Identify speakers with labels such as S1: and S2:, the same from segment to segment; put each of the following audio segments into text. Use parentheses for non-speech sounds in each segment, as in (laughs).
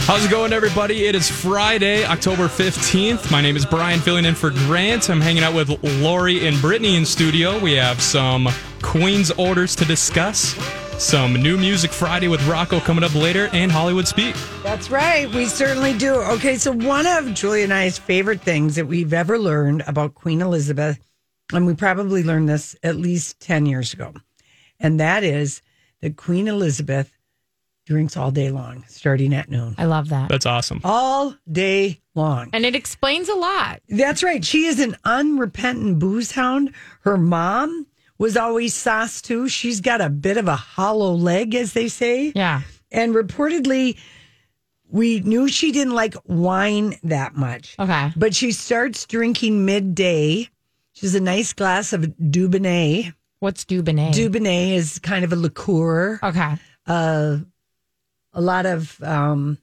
S1: How's it going, everybody? It is Friday, October 15th. My name is Brian, filling in for Grant. I'm hanging out with Lori and Brittany in studio. We have some Queen's orders to discuss, some new music Friday with Rocco coming up later, and Hollywood Speak.
S2: That's right. We certainly do. Okay, so one of Julia and I's favorite things that we've ever learned about Queen Elizabeth, and we probably learned this at least 10 years ago, and that is that Queen Elizabeth drinks all day long, starting at noon.
S3: I love that.
S1: That's awesome.
S2: All day long.
S3: And it explains a lot.
S2: That's right. She is an unrepentant booze hound. Her mom was always sauce too. She's got a bit of a hollow leg, as they say.
S3: Yeah.
S2: And reportedly, we knew she didn't like wine that much.
S3: Okay.
S2: But she starts drinking midday. She's a nice glass of Dubonnet.
S3: What's Dubonnet?
S2: Dubonnet is kind of a liqueur.
S3: okay.
S2: Uh, a lot of. Um,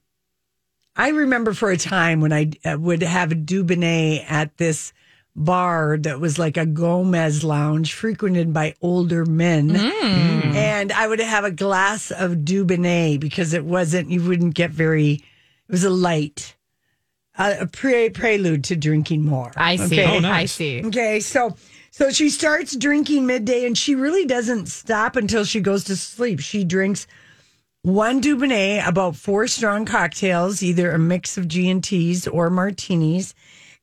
S2: I remember for a time when I uh, would have a Dubonnet at this bar that was like a Gomez lounge frequented by older men. And I would have a glass of Dubonnet because it wasn't, you wouldn't get very, it was a light, uh, a, a pre- prelude to drinking more.
S3: I see.
S1: Oh,
S3: I
S1: nice.
S3: see.
S2: Okay, so so she starts drinking midday, and she really doesn't stop until she goes to sleep. She drinks one Dubonnet, about four strong cocktails, either a mix of G and T's or martinis,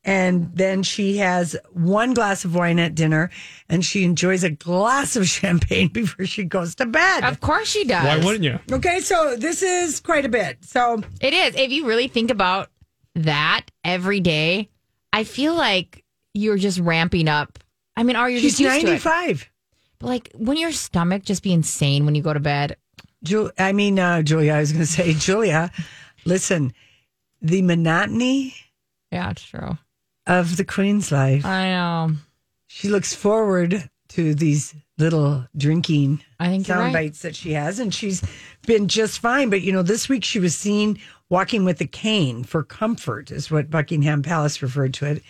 S2: and then she has one glass of wine at dinner, and she enjoys a glass of (laughs) champagne before she goes to bed.
S3: Of course she does.
S1: Why wouldn't you?
S2: Okay, so this is quite a bit. So
S3: It is. If you really think about that every day, I feel like you're just ramping up. I mean, are you
S2: she's
S3: just used to it.
S2: ninety-five.
S3: But like when your stomach just be insane when you go to bed.
S2: Ju- I mean, uh, Julia, I was going to say, (laughs) Julia, listen, the monotony
S3: Yeah, it's true.
S2: of the Queen's life.
S3: I know.
S2: She looks forward to these little drinking
S3: I think you're
S2: sound
S3: right.
S2: bites that she has, and she's been just fine. But, you know, this week she was seen walking with a cane for comfort, is what Buckingham Palace referred to it.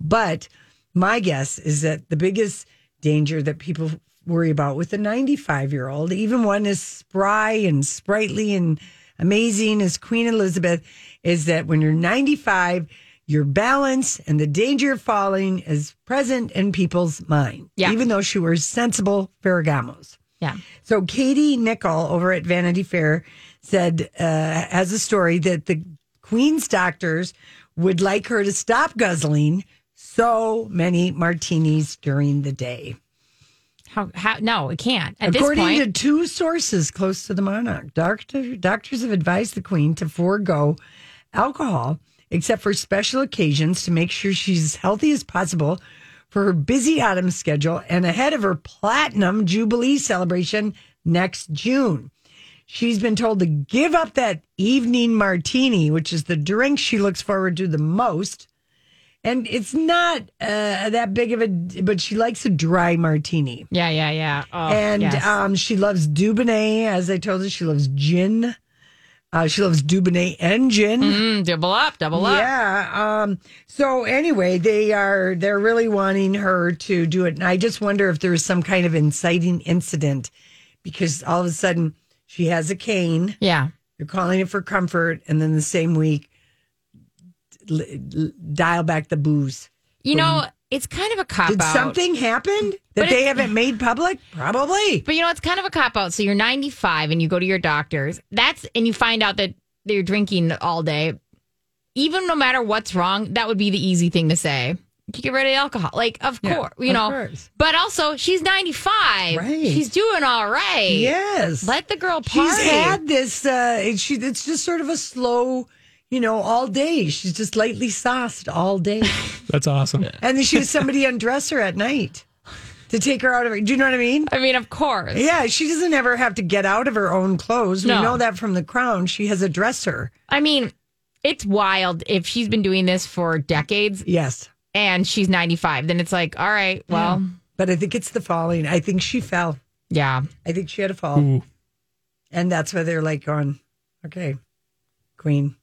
S2: But my guess is that the biggest danger that people worry about with a 95 year old, even one as spry and sprightly and amazing as Queen Elizabeth, is that when you're 95, your balance and the danger of falling is present in people's mind,
S3: Yeah.
S2: even though she wears sensible Ferragamos.
S3: Yeah.
S2: So Katie Nichol over at Vanity Fair said uh, has a story that the Queen's doctors would like her to stop guzzling so many martinis during the day.
S3: How how no, it can't. At this
S2: According
S3: point.
S2: to two sources close to the monarch, doctor, doctors have advised the Queen to forego alcohol except for special occasions to make sure she's as healthy as possible for her busy autumn schedule and ahead of her platinum jubilee celebration next June. She's been told to give up that evening martini, which is the drink she looks forward to the most. And it's not uh, that big of a, but she likes a dry martini
S3: yeah, yeah, yeah. Oh,
S2: and
S3: yes.
S2: um, she loves Dubonnet. As I told you, she loves gin. Uh, she loves Dubonnet and gin.
S3: Mm, double up, double up.
S2: Yeah. Um, so anyway, they are they're really wanting her to do it, and I just wonder if there's some kind of inciting incident because all of a sudden she has a cane.
S3: Yeah.
S2: You're calling it for comfort, and then the same week l- l- dial back the booze.
S3: You know, it's kind of a cop
S2: Did
S3: out.
S2: something happen that
S3: But
S2: they
S3: it-
S2: haven't made public? Probably.
S3: But you know, it's kind of a cop out. So you're 95 and you go to your doctor's. That's and you find out that they're drinking all day. even no matter what's wrong, that would be the easy thing to say. You get rid of alcohol. Like, of
S2: Yeah,
S3: course, you
S2: of
S3: know.
S2: course.
S3: But also, she's 95.
S2: Right.
S3: She's doing all right.
S2: Yes.
S3: Let the girl party.
S2: She's had this. Uh, it- she, it's just sort of a slow, you know, all day. She's just lightly sauced all
S3: (laughs)
S2: day.
S1: That's awesome.
S2: and then she has somebody undress her at night to take her out of it. Do you know what I mean?
S3: I mean, of course.
S2: Yeah, she doesn't ever have to get out of her own clothes.
S3: No.
S2: We know that from the crown. She has a dresser.
S3: I mean, it's wild if she's been doing this for decades
S2: Yes.
S3: and she's 95. Then it's like, all right, well,
S2: But I think it's the falling. I think she fell.
S3: yeah.
S2: I think she had a fall.
S1: Ooh.
S2: And that's why they're like going, okay, queen,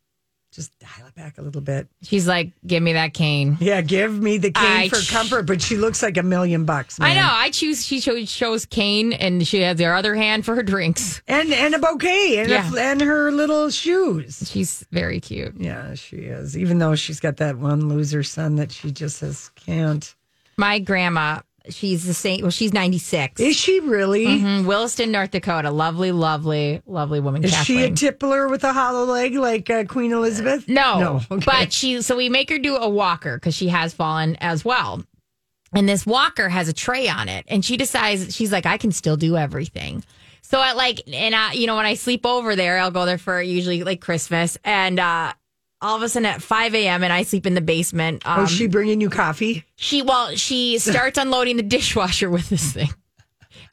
S2: just dial it back a little bit.
S3: She's like, give me that cane.
S2: Yeah, give me the cane
S3: I
S2: for
S3: ch-
S2: comfort, but she looks like a million bucks. Man.
S3: I know. I choose. She chose, chose cane, and she has her other hand for her drinks.
S2: And and a bouquet and,
S3: Yeah.
S2: a, and her little shoes.
S3: She's very cute.
S2: Yeah, she is. Even though she's got that one loser son that she just says can't.
S3: My grandma, she's the same. Well, she's ninety six.
S2: Is she really?
S3: Mm, Williston, North Dakota. Lovely, lovely, lovely woman.
S2: Is she a
S3: Kathleen.
S2: tippler with a hollow leg like uh, Queen Elizabeth?
S3: No,
S2: No. Okay.
S3: but she. So we make her do a walker because she has fallen as well. And this walker has a tray on it, and she decides she's like, I can still do everything. So I like, and I, you know, when I sleep over there, I'll go there for usually like Christmas, and uh all of a sudden at five a.m. and I sleep in the basement. Um,
S2: oh, she bringing you coffee?
S3: she well, she starts unloading the dishwasher with this thing.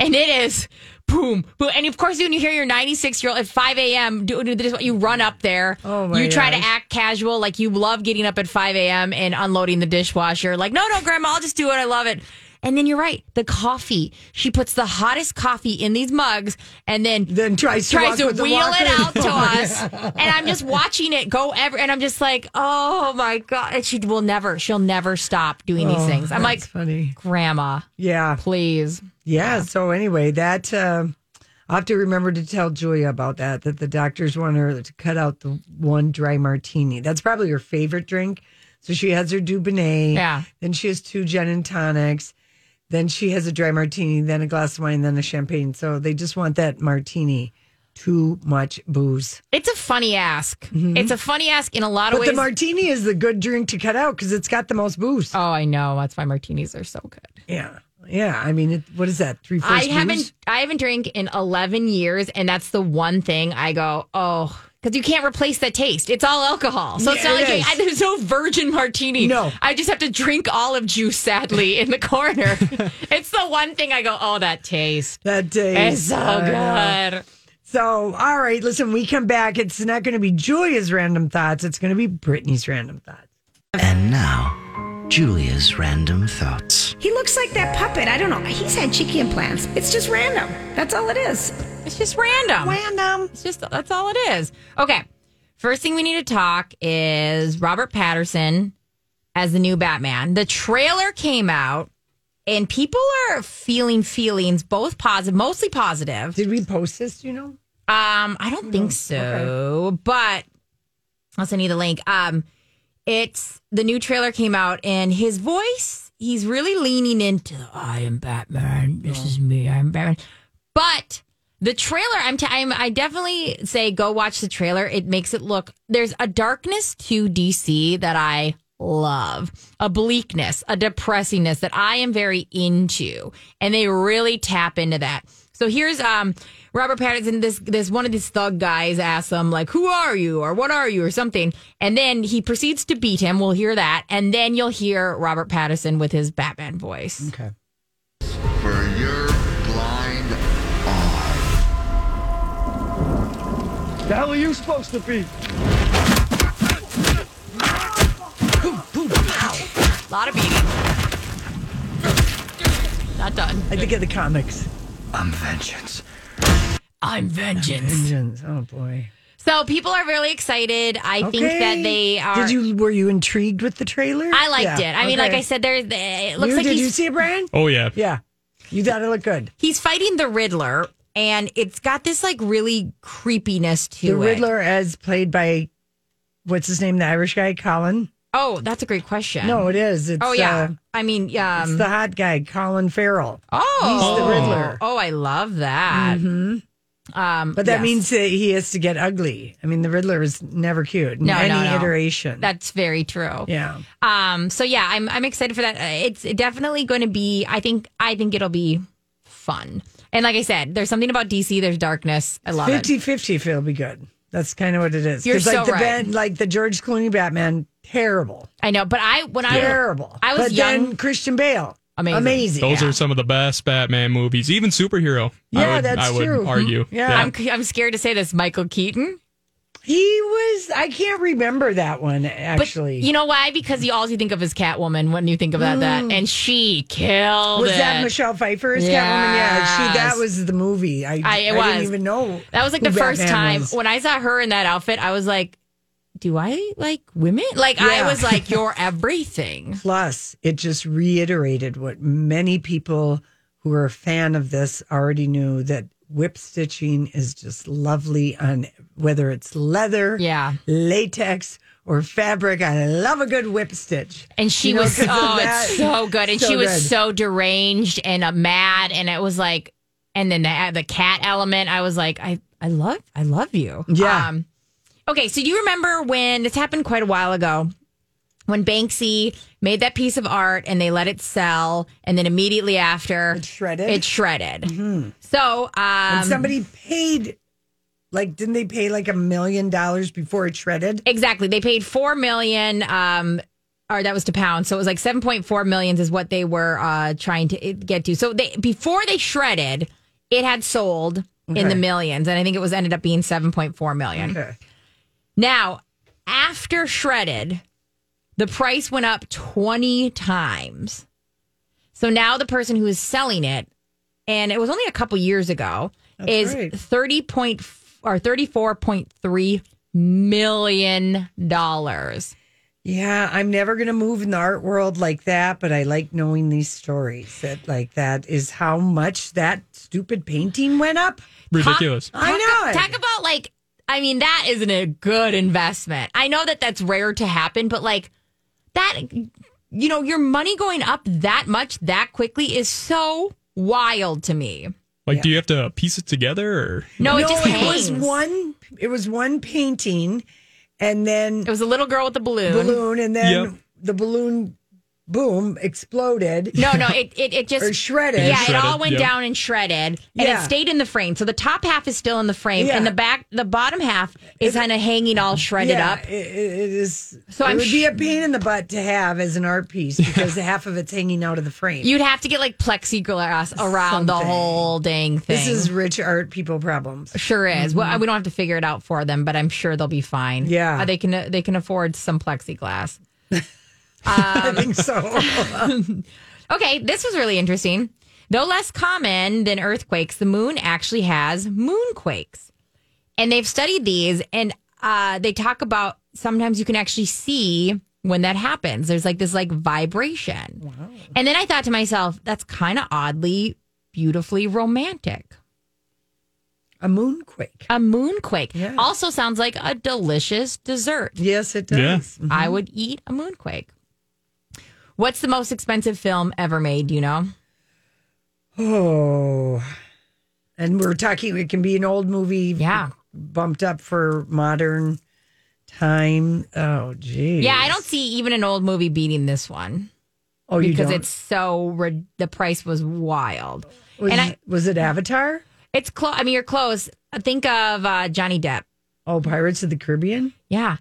S3: And it is boom, boom. And of course, when you hear your 96 year old at 5 a.m., do, do this, you run up there.
S2: Oh, my
S3: You try to
S2: gosh.
S3: act casual, like you love getting up at 5 a.m. and unloading the dishwasher. Like, no, no, grandma, I'll just do it. I love it. And then you're right. The coffee. She puts the hottest coffee in these mugs and then
S2: Then tries to
S3: tries
S2: walk
S3: to
S2: with the
S3: wheel
S2: walker.
S3: it out
S2: (laughs)
S3: to
S2: Oh, my
S3: us, and I'm just watching it go every, and I'm just like, oh my god! And she will never, she'll never stop doing these things. I'm like,
S2: Oh, That's funny.
S3: Grandma,
S2: Yeah.
S3: please.
S2: Yeah. So anyway, that um I'll have to remember to tell Julia about that. That the doctors want her to cut out the one dry martini. That's probably her favorite drink. So she has her Dubonnet.
S3: Yeah.
S2: Then she has two gin and tonics. Then she has a dry martini. Then a glass of wine. Then a champagne. So they just want that martini. Too much booze.
S3: It's a funny ask. It's a funny ask in a lot
S2: Mm-hmm. But
S3: of ways.
S2: the martini is the good drink to cut out because it's got the most booze.
S3: oh, I know. That's why martinis are so good.
S2: Yeah. Yeah. I mean, it, what is that? Three
S3: I
S2: fourths
S3: haven't
S2: booze?
S3: I haven't drank in 11 years and that's the one thing I go, "Oh, cuz you can't replace the taste. It's all alcohol." So it's
S2: Yeah,
S3: not
S2: it
S3: like I,
S2: is.
S3: there's no virgin martini.
S2: No.
S3: I just have to drink olive juice sadly in the corner.
S2: (laughs)
S3: it's the one thing I go, "Oh, that taste."
S2: That day.
S3: It's so
S2: I know.
S3: good.
S2: So, all right, listen, we come back. It's not going to be Julia's random thoughts. It's going to be Brittany's random thoughts.
S4: And now, Julia's random thoughts.
S5: He looks like that puppet. I don't know. He's had cheeky implants. It's just random. That's all it is.
S3: It's just random.
S2: Random.
S3: It's just that's all it is. Okay. First thing we need to talk is Robert Patterson as the new Batman. The trailer came out and people are feeling feelings both positive, mostly positive.
S2: Did we post this? Do you know?
S3: Um, I don't think so, but I'll send you the link. Um, it's the new trailer came out, and his voice, he's really leaning into I am Batman. This is me. I'm Batman. But the trailer, I'm, t- I'm, I definitely say go watch the trailer. It makes it look there's a darkness to DC that I love, a bleakness, a depressingness that I am very into, and they really tap into that. So here's um Robert Pattinson. This this one of these thug guys asks him like, "Who are you?" or "What are you?" or something, and then he proceeds to beat him. We'll hear that, and then you'll hear Robert Pattinson with his Batman voice.
S2: Okay.
S6: for your blind eye.
S7: The hell are you supposed to be?
S3: A lot of beating. Not done.
S2: I think of the comics.
S6: I'm vengeance.
S3: I'm vengeance.
S2: Engines. Oh, boy.
S3: So people are really excited. I think that they are.
S2: Did you, were you intrigued with the trailer?
S3: I liked
S2: Yeah.
S3: it. I mean, like
S2: Okay.
S3: I said, there. It looks
S2: You,
S3: like
S2: did
S3: he's
S2: you see it, Brian?
S1: Oh, yeah.
S2: Yeah. You thought it looked good.
S3: he's fighting the Riddler, and it's got this like really creepiness to
S2: The
S3: it.
S2: Riddler, as played by, what's his name, the Irish guy, Colin?
S3: Oh, that's a great question.
S2: No, it is. It's,
S3: Oh yeah.
S2: uh,
S3: I mean,
S2: it's
S3: um.
S2: the hot guy, Colin Farrell.
S3: oh,
S2: He's the Riddler. Mm-hmm.
S3: Oh, I love that. Um,
S2: But that
S3: yes.
S2: means that he has to get ugly. I mean, the Riddler is never cute in
S3: No,
S2: any
S3: no, no.
S2: iteration.
S3: that's very true.
S2: yeah.
S3: Um. So yeah, I'm I'm excited for that. Uh, It's definitely going to be. I think I think it'll be fun. And like I said, there's something about DC. There's darkness. I love it.
S2: 50 50 if it'll be good. That's kind of what it is.
S3: You're
S2: 'Cause
S3: so
S2: like the
S3: right.
S2: Ben- like the George Clooney Batman, terrible.
S3: I know. But I when I
S2: Terrible.
S3: I was
S2: but
S3: young.
S2: Then Christian Bale.
S3: Amazing.
S2: Amazing.
S1: Those are some of the best Batman movies, even superhero. I
S2: Yeah,
S1: would,
S2: that's
S1: I would
S2: true. Mm-hmm.
S1: argue.
S2: Yeah.
S3: I'm I'm scared to say this. Michael Keaton.
S2: He was, I can't remember that one actually.
S3: But you know why? Because you always think of his Catwoman when you think about that, and she killed
S2: Mm. was
S3: it.
S2: that Michelle Pfeiffer's Catwoman? Yeah, she, that
S3: Yes.
S2: was the movie. I,
S3: I- it
S2: I didn't
S3: was.
S2: even know.
S3: That was like the
S2: who
S3: first
S2: Batman
S3: time
S2: was.
S3: when I saw her in that outfit. I was like, "Do I like women?" Like I
S2: Yeah.
S3: was like, "You're
S2: (laughs)
S3: everything."
S2: Plus, it just reiterated what many people who are a fan of this already knew that whip stitching is just lovely on whether it's leather,
S3: Yeah.
S2: latex, or fabric. I love a good whip stitch.
S3: And she
S2: You know,
S3: was
S2: 'cause of
S3: oh,
S2: that.
S3: it's so good, and
S2: So
S3: she was
S2: good.
S3: so deranged and uh, mad, and it was like, and then the the cat element. I was like, I I love I love you.
S2: Yeah.
S3: Um, okay, so do you remember when this happened quite a while ago? When Banksy made that piece of art and they let it sell, and then immediately after
S2: It shredded? Mm-hmm.
S3: it shredded. So um,
S2: And somebody paid, like, didn't they pay like a million dollars before it shredded?
S3: Exactly. They paid four million. Um, or that was to pounds. So it was like seven point four millions is what they were uh, trying to get to. So they before they shredded, it had sold in
S2: Okay.
S3: the millions, and I think it was ended up being seven point four million.
S2: Okay.
S3: Now, after shredded, the price went up 20 times. So now the person who is selling it, and it was only a couple years ago, is
S2: right.
S3: 30 point or 34.3 million dollars.
S2: Yeah, I'm never going to move in the art world like that, but I like knowing these stories that, like, that is how much that stupid painting went up.
S1: Ridiculous.
S2: I know. it.
S3: Talk about like I mean that isn't a good investment. I know that that's rare to happen, but like that you know, your money going up that much that quickly is so wild to me.
S1: Like, do you have to piece it together? Or?
S3: No, it just
S2: it
S3: hangs.
S2: was one. It was one painting, and then
S3: It was a little girl with a balloon.
S2: balloon, and then
S1: Yep.
S2: the balloon, boom, exploded
S3: No, no, it it, it just
S2: or shredded.
S3: Yeah, it
S1: shredded,
S3: all went
S1: yeah.
S3: down and shredded, and
S2: Yeah.
S3: it stayed in the frame. So the top half is still in the frame,
S2: Yeah.
S3: and the back, the bottom half is kind of hanging all shredded
S2: Yeah,
S3: up.
S2: it- it- it is.
S3: So
S2: So it
S3: I'm
S2: would be
S3: sh-
S2: a pain in the butt to have as an art piece because half of it's hanging out of the frame.
S3: You'd have to get like plexiglass around the
S2: Something.
S3: whole dang thing.
S2: this is rich art people problems.
S3: Sure is. Well, we don't have to figure it out for them, but I'm sure they'll be fine.
S2: Yeah.
S3: Uh, they can they can afford some plexiglass.
S2: I
S3: Um,
S2: think (laughs)
S3: (laughs)
S2: so.
S3: Okay, this was really interesting. Though less common than earthquakes, the moon actually has moonquakes, and they've studied these, and uh, they talk about sometimes you can actually see when that happens. There's like this like vibration, and then I thought to myself, that's kind of oddly beautifully romantic.
S2: a moonquake.
S3: A moonquake
S2: Yeah.
S3: also sounds like a delicious dessert.
S2: Yes, it does.
S1: Yeah.
S3: I would eat a moonquake. What's the most expensive film ever made? Do you know?
S2: Oh. And we're talking, it can be an old movie.
S3: Yeah.
S2: Bumped up for modern time. Oh, geez.
S3: Yeah, I don't see even an old movie beating this one
S2: Oh, you
S3: because
S2: don't?
S3: it's so rid- the price was wild.
S2: was,
S3: and I-
S2: was it Avatar?
S3: It's close. I mean, you're close. Think of uh, Johnny Depp.
S2: Oh, Pirates of the Caribbean?
S3: Yeah,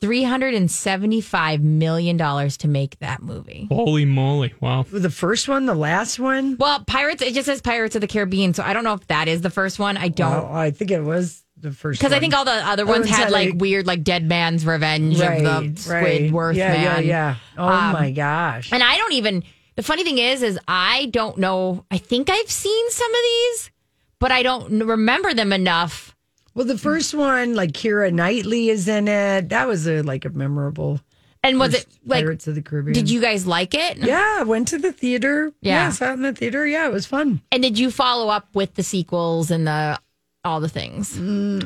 S3: three hundred and seventy-five million dollars to make that movie.
S1: Holy moly. Wow.
S2: The first one, the last one?
S3: Well, Pirates. It just says Pirates of the Caribbean, so I don't know if that is the first one. I don't
S2: Oh, I think it was the first
S3: because I
S2: one.
S3: think all the other ones
S2: Everyone's
S3: had
S2: had
S3: like
S2: a-
S3: weird, like Dead Man's Revenge
S2: right,
S3: of the
S2: right.
S3: Squidworth
S2: yeah,
S3: man. Um,
S2: Yeah, yeah. Oh, my gosh.
S3: And I don't even. The funny thing is, is I don't know. I think I've seen some of these, but I don't n- remember them enough.
S2: Well, the first one, like Kira Knightley is in it. That was a, like a memorable
S3: And was it like?
S2: Pirates of the Caribbean.
S3: Did you guys like it?
S2: Yeah, went to the theater.
S3: Yeah.
S2: Yeah, sat in the theater. Yeah, it was fun.
S3: And did you follow up with the sequels and the all the things?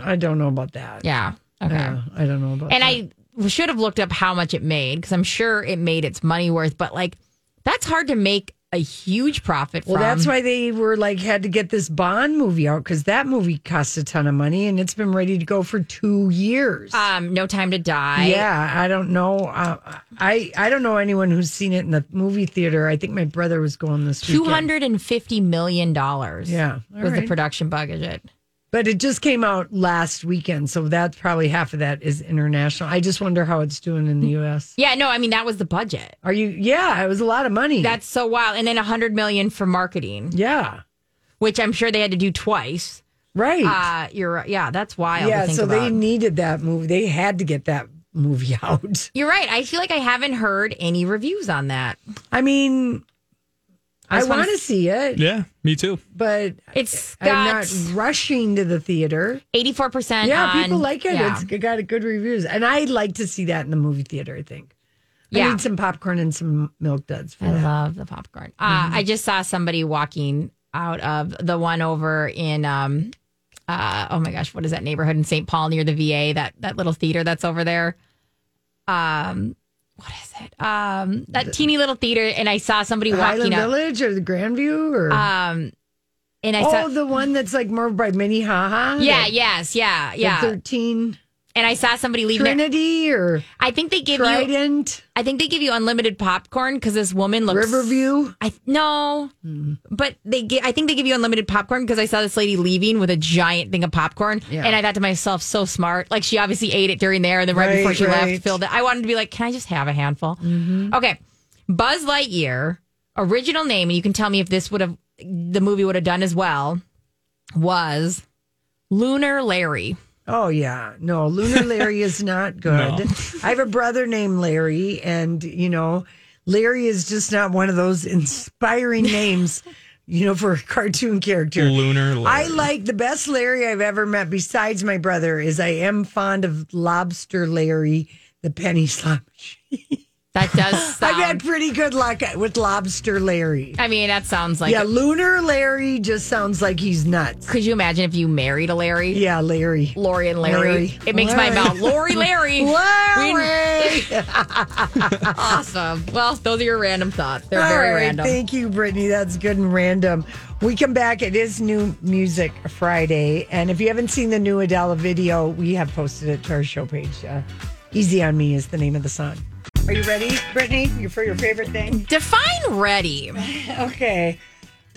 S2: I don't know about that.
S3: Yeah. Okay.
S2: Mm-hmm. Yeah, I don't know about
S3: And
S2: that.
S3: I should have looked up how much it made because I'm sure it made its money worth. But like, that's hard to make a huge profit
S2: Well,
S3: from.
S2: that's why they were like had to get this Bond movie out because that movie costs a ton of money and it's been ready to go for two years.
S3: um, No Time to Die.
S2: yeah, I don't know. Uh, I I don't know anyone who's seen it in the movie theater. I think my brother was going this
S3: Two
S2: weekend.
S3: hundred and fifty million dollars.
S2: Yeah, all
S3: was the
S2: right.
S3: production budget.
S2: but it just came out last weekend, so that's probably half of that is international. I just wonder how it's doing in the
S3: Hmm.
S2: U.S.
S3: Yeah, no, I mean that was the budget.
S2: Are you? Yeah, it was a lot of money.
S3: That's so wild. And then a hundred million for marketing,
S2: yeah,
S3: which I'm sure they had to do twice.
S2: right.
S3: Uh, you're yeah, that's wild. to
S2: yeah,
S3: think
S2: so they
S3: about.
S2: needed that movie. They had to get that movie (laughs) out.
S3: You're right. I feel like I haven't heard any reviews on that.
S2: I mean, I,
S3: just wanna
S2: want to see it,
S1: Yeah, me too.
S2: but
S3: It's
S2: I'm
S3: got
S2: not rushing to the theater.
S3: eighty four percent.
S2: Yeah,
S3: on,
S2: people like it.
S3: Yeah.
S2: It's it got good reviews, and I'd like to see that in the movie theater. I think. I
S3: Yeah.
S2: need some popcorn and some milk duds for
S3: I
S2: that.
S3: love the popcorn. Uh,
S2: Mm-hmm.
S3: I just saw somebody walking out of the one over in um uh oh my gosh, what is that neighborhood in St. Paul near the VA? That that little theater that's over there. Um what is it? Um that teeny little theater and I saw somebody walking
S2: Highland
S3: out
S2: Village or the Grandview or
S3: um and I saw
S2: oh, the one that's like more by Minnehaha.
S3: Yeah,
S2: that-
S3: yes, yeah,
S2: that
S3: yeah.
S2: Thirteen
S3: And I saw somebody leaving their-
S2: Trinity or
S3: I think they give you
S2: Trident,
S3: I think they give you unlimited popcorn because this woman looks
S2: Riverview.
S3: I no, but they get. I think they give you unlimited popcorn because I saw this lady leaving with a giant thing of popcorn,
S2: Yeah.
S3: and I thought to myself, "So smart!" Like she obviously ate it during there, and then right,
S2: Right,
S3: before she
S2: right. Mm-hmm.
S3: left, filled it. I wanted to be like, "Can I just have a handful?" Okay, Buzz Lightyear, original name, and you can tell me if this would have the movie would have done as well. Was Lunar Larry?
S2: Oh yeah, no, Lunar Larry is not good. I have a brother named Larry, and you know, Larry is just not one of those inspiring names, you know, for a cartoon character.
S1: Lunar.
S2: I
S1: Larry.
S2: like the best Larry I've ever met. Besides my brother, is I am fond of Lobster Larry, the penny slot machine.
S3: That does.
S2: (laughs) I've
S3: Sound, I,
S2: had pretty good luck at- with Lobster Larry.
S3: mean, that sounds like.
S2: yeah, Lunar Larry just sounds like he's nuts.
S3: Could you imagine if you married a Larry?
S2: Yeah, Larry.
S3: Lori and Larry.
S2: Larry.
S3: It makes my
S2: Larry.
S3: mouth.
S2: (laughs)
S3: Lori, Larry.
S2: Larry.
S3: Awesome. Well, those are your random thoughts. They're
S2: All
S3: very
S2: right,
S3: random.
S2: Thank you, Brittany. That's good and random. We come back. It is New Music Friday. And if you haven't seen the new Adele video, we have posted it to our show page. Uh, Easy on Me is the name of the song. Are you ready, Brittany? You for your favorite thing? (laughs)
S3: Define ready.
S2: Okay.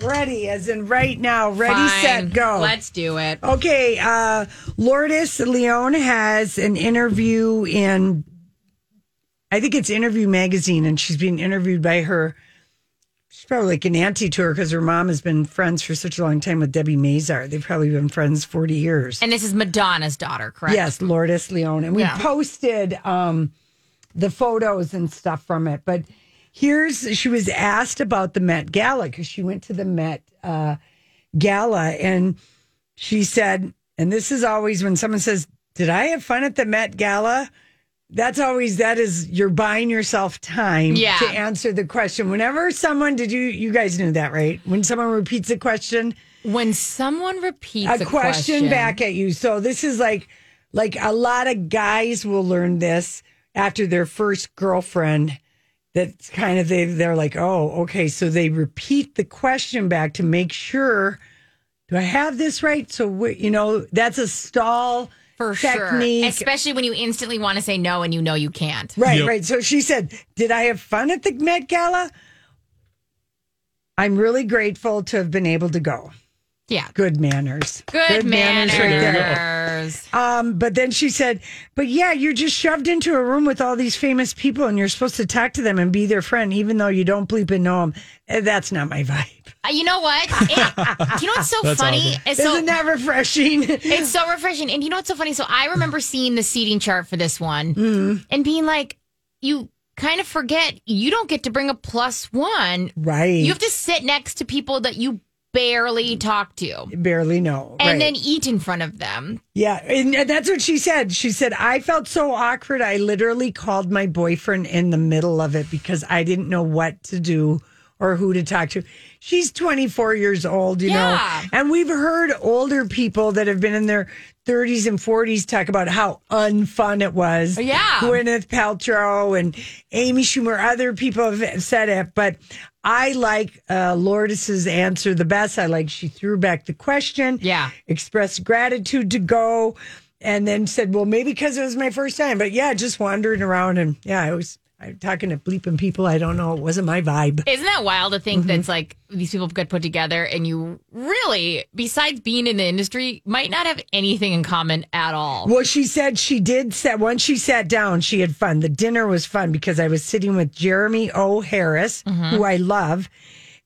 S2: Ready, as in right now. Ready,
S3: Fine.
S2: set, go.
S3: Let's do it.
S2: Okay, uh, Lourdes Leon has an interview in, I think it's Interview Magazine, and she's being interviewed by her. She's probably like an auntie to her because her mom has been friends for such a long time with Debbie Mazar. They've probably been friends 40 years.
S3: And this is Madonna's daughter, correct?
S2: Yes, Lourdes Leon. And we
S3: Yeah.
S2: posted um, the photos and stuff from it. But here's she was asked about the Met Gala because she went to the Met uh, Gala and she said, and this is always when someone says, Did I have fun at the Met Gala? That's always that is you're buying yourself time
S3: Yeah.
S2: to answer the question. Whenever someone did you you guys knew that, right? When someone repeats a question,
S3: When someone repeats
S2: a, question, back at you. So this is like like a lot of guys will learn this after their first girlfriend. That's kind of they they're like, oh, okay. So they repeat the question back to make sure do I have this right? So we, you know that's a stall
S3: for
S2: technique.
S3: sure, especially when you instantly want to say no and you know you can't.
S2: Right,
S1: Yep.
S2: right. So she said, Did I have fun at the Met Gala? I'm really grateful to have been able to go.
S3: Yeah.
S2: Good manners.
S3: Good, manners.
S2: right there.
S3: manners.
S2: Um, but then she said, "But yeah, you're just shoved into a room with all these famous people, and you're supposed to talk to them and be their friend, even though you don't bleep and know them. That's not my vibe. (laughs)
S3: Uh, you know what? It- you know what's so
S1: That's
S3: funny?
S1: awesome.
S3: It's so,
S2: Isn't that refreshing?
S3: It's so refreshing. And you know what's so funny? So I remember seeing the seating chart for this one
S2: Mm.
S3: and being like, you kind of forget you don't get to bring a plus one.
S2: right?
S3: You have to sit next to people that you barely talk to and
S2: barely know. right.
S3: then eat in front of them.
S2: yeah, and and that's what she said. She said, "I felt so awkward. I literally called my boyfriend in the middle of it because I didn't know what to do." or who to talk to. She's 24 years old, you
S3: Yeah.
S2: know. And we've heard older people that have been in their 30s and 40s talk about how unfun it was.
S3: Yeah.
S2: Gwyneth Paltrow and Amy Schumer, other people have said it, but I like uh, Lourdes's answer the best. I like she threw back the question.
S3: Yeah.
S2: Expressed gratitude to go and then said, well, maybe because it was my first time, but yeah, just wandering around. And yeah, I was I'm talking to bleeping people. I don't know. It wasn't my vibe.
S3: Isn't that wild to
S2: Mm-hmm.
S3: think that's like these people get put together and you really, besides being in the industry, might not have anything in common at all?
S2: Well, she said she did set once she sat down, she had fun. The dinner was fun because I was sitting with Jeremy O. Harris,
S3: Mm-hmm.
S2: who I love,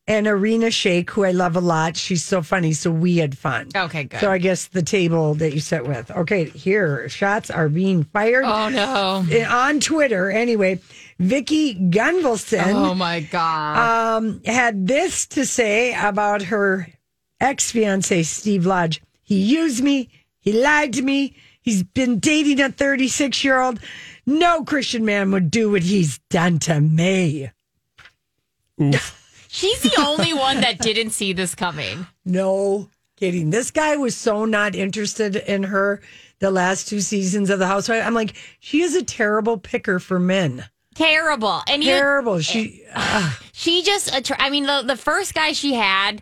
S2: and Arena Shake, who I love a lot. She's so funny. So we had fun.
S3: Okay, good.
S2: So I guess the table that you sit with. Okay, here shots are being fired
S3: oh no!
S2: Uh, on Twitter. Anyway, Vicky Gunvalson
S3: Oh my god!
S2: Um, had this to say about her ex fiance, Steve Lodge. He used me. He lied to me. He's been dating a 36 year old. No Christian man would do what he's done to me.
S3: She's the only one that didn't see this coming.
S2: No kidding. This guy was so not interested in her the last two seasons of The Housewife. I'm like, she is a terrible picker for men.
S3: Terrible. And you,
S2: Terrible. She,
S3: she just. attr- I mean, the the first guy she had,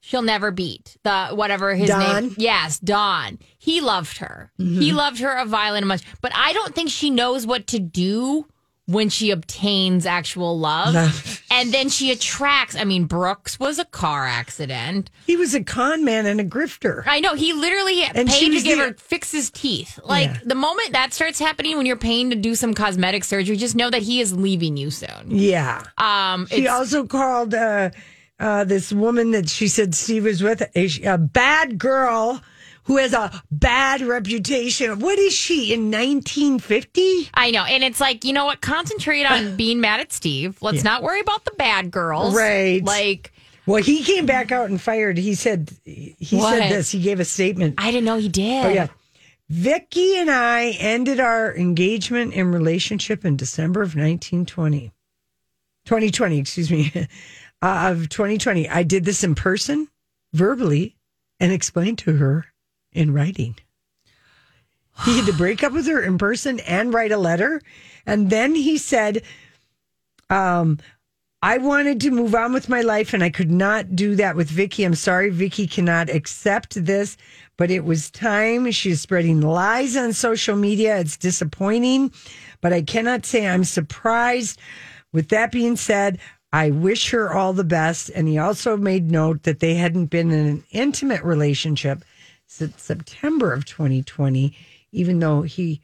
S3: she'll never beat. The whatever his name.
S2: Don?
S3: Yes, Don. He loved her.
S2: Mm-hmm.
S3: He loved her a violent much. But I don't think she knows what to do when she obtains actual love. And then she attracts. I mean, Brooks was a car accident.
S2: he was a con man and a grifter.
S3: I know he literally
S2: she
S3: paid to
S2: was
S3: give
S2: the-
S3: her fix his teeth. Like
S2: Yeah.
S3: the moment that starts happening when you're paying to do some cosmetic surgery, just know that he is leaving you soon.
S2: Yeah.
S3: Um,
S2: She
S3: it's-
S2: also called uh, uh, this woman that she said Steve was with a, a bad girl who has a bad reputation. What is she in 1950?
S3: I know, and it's like you know what?
S2: (laughs)
S3: Concentrate on being mad at Steve. Let's not worry about the bad girls,
S2: Right.
S3: Like
S2: Well, he came back out and fired. He said he
S3: What?
S2: said this. He gave a statement.
S3: I didn't know he did.
S2: Oh yeah. Vicky and I ended our engagement and relationship in December of 1920. 2020, excuse me, (laughs) uh, of 2020. I did this in person, verbally, and explained to her in writing. He had to break up with her in person and write a letter. And then he said, um, I wanted to move on with my life and I could not do that with Vicky. I'm sorry Vicky cannot accept this, but it was time. She's spreading lies on social media. It's disappointing, but I cannot say I'm surprised. With that being said, I wish her all the best. And he also made note that they hadn't been in an intimate relationship since September of 2020, even though he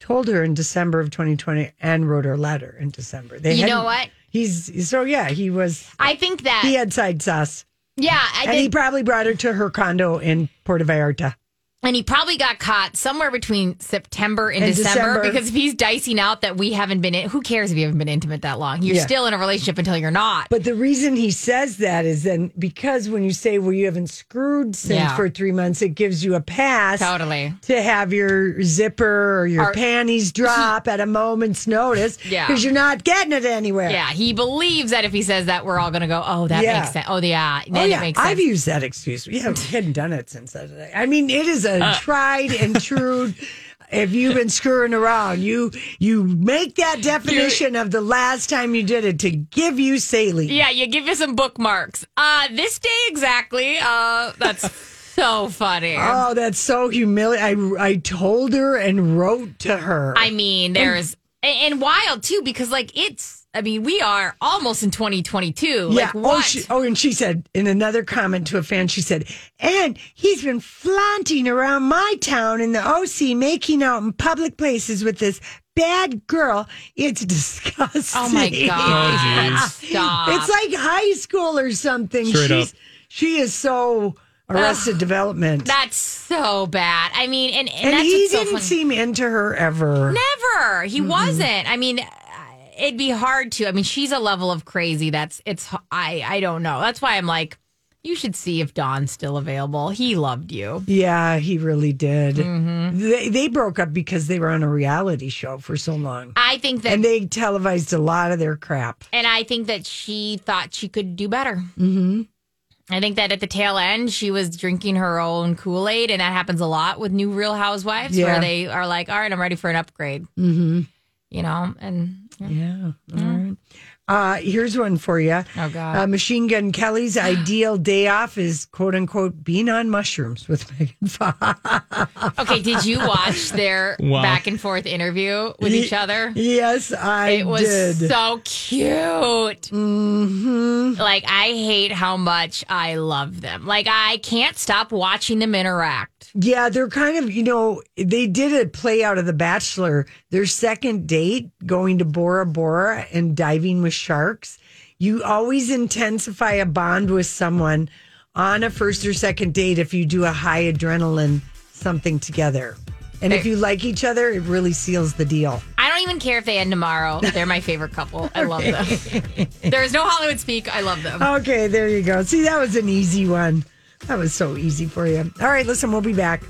S2: told her in December of 2020 and wrote her a letter in December. They
S3: You know
S2: hadn't-
S3: what?
S2: He's so yeah. He was
S3: I think that.
S2: he had side sauce,
S3: yeah, I
S2: and he
S3: think,
S2: probably brought her to her condo in Puerto Vallarta.
S3: and he probably got caught somewhere between September and,
S2: And
S3: December,
S2: December.
S3: because if he's dicing out that we haven't been in, who cares if you haven't been intimate that long? You're
S2: Yeah.
S3: still in a relationship until you're not.
S2: But the reason he says that is then because when you say, "Well, you haven't screwed since
S3: Yeah.
S2: for three months," it gives you a pass
S3: Totally.
S2: to have your zipper or your
S3: Or-
S2: panties
S3: (laughs)
S2: drop at a moment's notice because
S3: Yeah.
S2: you're not getting it anywhere.
S3: Yeah, he believes that if he says that, we're all going to go, oh, that
S2: Yeah.
S3: makes sense. Oh, yeah, then
S2: Oh
S3: it
S2: yeah,
S3: makes sense.
S2: I've used that excuse. We haven't, we hadn't done it since that day. I mean, it is a
S3: Uh.
S2: tried
S3: (laughs)
S2: and true. if you've been screwing around, you you make that definition of the last time you did it to give you saline.
S3: yeah, you give you some bookmarks. Uh, this day exactly. Uh,
S2: (laughs)
S3: that's so funny.
S2: Oh, that's so humiliating. I I told her and wrote to her.
S3: I mean, there's and, and wild too because like it's. I mean, we are almost in 2022.
S2: yeah.
S3: Like what?
S2: Oh, she, oh, and she said in another comment to a fan, she said, "And he's been flaunting around my town in the OC, making out in public places with this bad girl. It's (laughs) disgusting."
S3: oh
S2: (laughs)
S3: my god!
S1: jeez.
S3: Stop.
S2: It's like high school or something.
S1: Straight
S2: She's
S1: up.
S2: she is so arrested development.
S3: that's so bad. I mean, and and,
S2: and
S3: that's
S2: he
S3: what's so
S2: didn't Mm-hmm.
S3: funny.
S2: seem into her ever.
S3: Never. He wasn't. I mean, it'd be hard to. I mean, she's a level of crazy that's it's I I don't know. That's why I'm like You should see if Don's still available. He loved you.
S2: Yeah, he really did.
S3: Mm-hmm.
S2: They, they broke up because they were on a reality show for so long.
S3: I think that,
S2: And they televised a lot of their crap.
S3: and I think that she thought she could do better. Mm-hmm. I think that at the tail end, she was drinking her own Kool Aid, and that happens a lot with new Real Housewives,
S2: Yeah.
S3: where they are like, "All right, I'm ready for an upgrade,"
S2: Mm-hmm.
S3: you know, and
S2: Yeah. All right. Uh, here's one for you.
S3: Oh, God.
S2: Uh, Machine Gun (gasps) Kelly's ideal day off is quote unquote being on mushrooms with Megan Fox.
S3: Okay, did you watch their
S1: Wow.
S3: back and forth interview with each other?
S2: (laughs) yes, I
S3: It was
S2: did. Mm.
S3: so cute.
S2: Mhm.
S3: Like I hate how much I love them. Like I can't stop watching them interact.
S2: Yeah, they're kind of, you know, they did a play out of The Bachelor, their second date going to Bora Bora and diving with sharks. You always intensify a bond with someone on a first or second date if you do a high adrenaline something together. And if you like each other, it really seals the deal.
S3: I don't even care if they end tomorrow. They're my favorite couple. I love them. there is no Hollywood speak. I love them.
S2: Okay, there you go. See, that was an easy one. That was so easy for you. All right, listen, we'll be back.